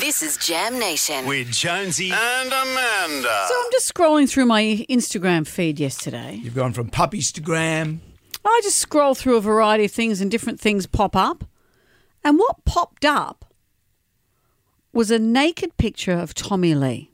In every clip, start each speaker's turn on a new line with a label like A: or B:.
A: This is Jam Nation.
B: with Jonesy.
C: and Amanda.
D: So I'm just scrolling through my Instagram feed yesterday.
B: You've gone from puppies to gram.
D: I just scroll through a variety of things and different things pop up. And what popped up was a naked picture of Tommy Lee.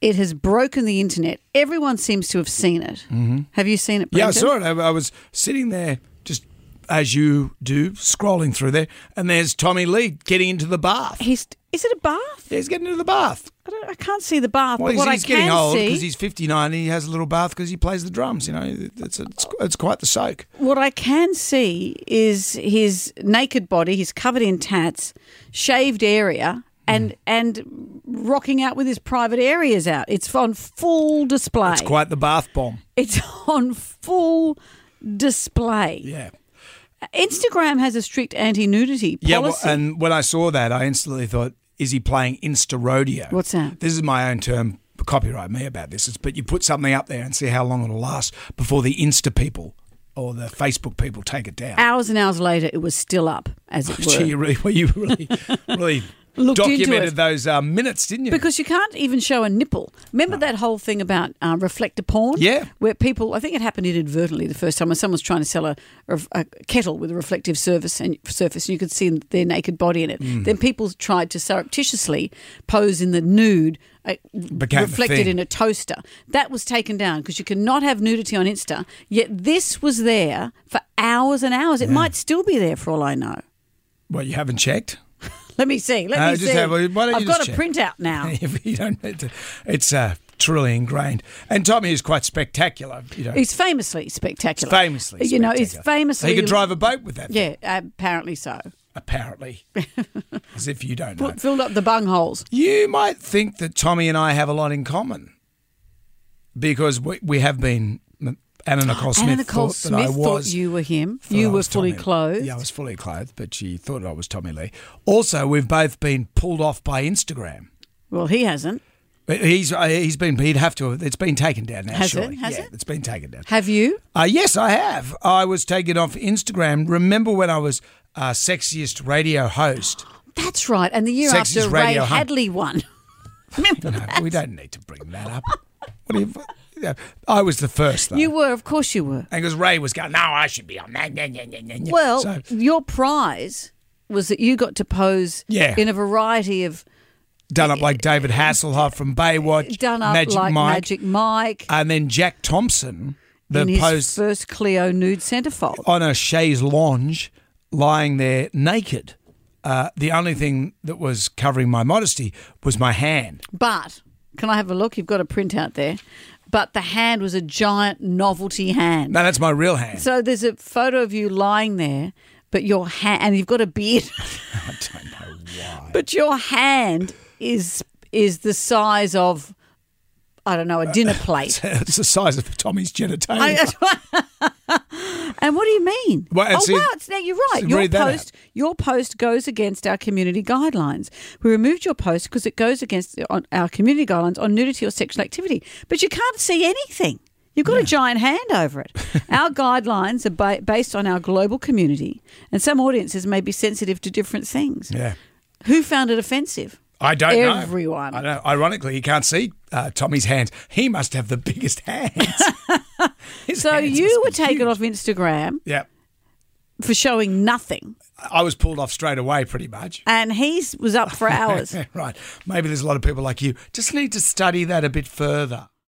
D: It has broken the internet. Everyone seems to have seen it. Mm-hmm. Have you seen it?
E: Yeah, I
D: Brendan?
E: saw it. I, I was sitting there just as you do, scrolling through there, and there's Tommy Lee getting into the bath.
D: He's is it a bath?
E: Yeah, he's getting into the bath.
D: I, don't, I can't see the bath,
E: Well,
D: but
E: he's,
D: what
E: he's
D: I
E: getting
D: can
E: old
D: see
E: because he's 59 and he has a little bath because he plays the drums. You know, it's, it's, it's quite the soak.
D: What I can see is his naked body. He's covered in tats, shaved area,
E: Hmm.
D: and and rocking out with his private areas out. It's on full display.
E: It's quite the bath bomb.
D: It's on full display.
E: Yeah.
D: Instagram has a strict anti nudity policy.
E: Yeah, well, and when I saw that, I instantly thought, is he playing Insta rodeo?
D: What's that?
E: This is my own term. Copyright me about this. It's, but you put something up there and see how long it'll last before the Insta people or the Facebook people take it down.
D: hours and hours later, it was still up as it
E: Gee,
D: were.
E: you really, well, you really, really
D: Looked into
E: documented
D: it.
E: those uh, minutes, didn't you?
D: Because you can't even show a nipple. Remember that whole thing about uh, reflector porn?
E: Yeah.
D: Where people, I think it happened inadvertently the first time when someone's trying to sell a, a, a kettle with a reflective surface and, surface and you could see their naked body in it.
E: Mm.
D: Then people tried to surreptitiously pose in the nude. Uh,
E: the
D: reflected
E: thing.
D: in a toaster. That was taken down because you cannot have nudity on Insta. Yet this was there for hours and hours. It might still be there for all I know.
E: well, you haven't checked.
D: Let me see. Let
E: No,
D: me
E: just
D: see.
E: have a- why don't
D: I've
E: you
D: got
E: just
D: a
E: check?
D: printout now.
E: If you don't need to, it's uh, truly ingrained. And Tommy is quite spectacular. You know,
D: He's famously spectacular.
E: famously,
D: you know, he's
E: spectacular.
D: famously.
E: He could drive a boat with that. thing,
D: Yeah, apparently so.
E: apparently, as if you don't know.
D: Put, filled up the bungholes.
E: You might think that Tommy and I have a lot in common because we, we have been. Anna Nicole Smith
D: Anna Nicole
E: thought
D: Smith
E: that I
D: thought
E: was.
D: you were him.
E: thought I
D: You were
E: was
D: fully
E: Tommy-
D: clothed.
E: Yeah, I was fully clothed, but she thought I was Tommy Lee. Also, we've both been pulled off by Instagram.
D: Well, he hasn't.
E: But He's uh, he's been he'd have to. It's been taken down now.
D: Has it?
E: surely.
D: Has
E: yeah,
D: it?
E: has been taken down.
D: Have you?
E: Uh, yes, I have. I was taken off Instagram. Remember when I was uh, sexiest radio host?
D: That's right. And the year
E: Sexiest
D: after Ray
E: radio hunk.
D: Hadley won. Remember
E: No,
D: that?
E: we don't need to bring that up. What do you, yeah, I was the first though.
D: You were, of course, you were.
E: and because Ray was going, no, I should be on that. Yeah, yeah, yeah, yeah, yeah."
D: Well,
E: So-
D: your prize was that you got to pose
E: Yeah.
D: in a variety of
E: done up like David Hasselhoff from Baywatch,
D: done up
E: Magic
D: like
E: Mike,
D: Magic Mike
E: and then Jack Thompson, the
D: in his
E: post
D: first Clio nude centerfold.
E: on a chaise lounge, lying there naked. Uh, the only thing that was covering my modesty was my hand.
D: But can I have a look? You've got a printout there. But the hand was a giant novelty hand.
E: No, that's my real hand.
D: So there's a photo of you lying there, but your hand and you've got a beard,
E: I don't know why.
D: but your hand is is the size of I don't know a dinner plate.
E: it's the size of Tommy's genitalia.
D: and what do you mean?
E: Well,
D: oh
E: it's-
D: wow! It's, now you're right.
E: it's-
D: Your
E: read that out.
D: post, your post goes against our community guidelines. We removed your post because it goes against on our community guidelines on nudity or sexual activity. But you can't see anything. You've got a giant hand over it. our guidelines are ba- based on our global community, and some audiences may be sensitive to different things.
E: yeah.
D: Who found it offensive?
E: I don't know.
D: Everyone.
E: I don't, ironically, you can't see uh, Tommy's hands. He must have the biggest hands. His
D: So
E: hands
D: you
E: must
D: were
E: be
D: taken
E: huge.
D: off Instagram
E: Yeah.
D: for showing nothing,
E: I was pulled off straight away, pretty much.
D: and he was up for hours.
E: right. Maybe there's a lot of people like you. Just need to study that a bit further.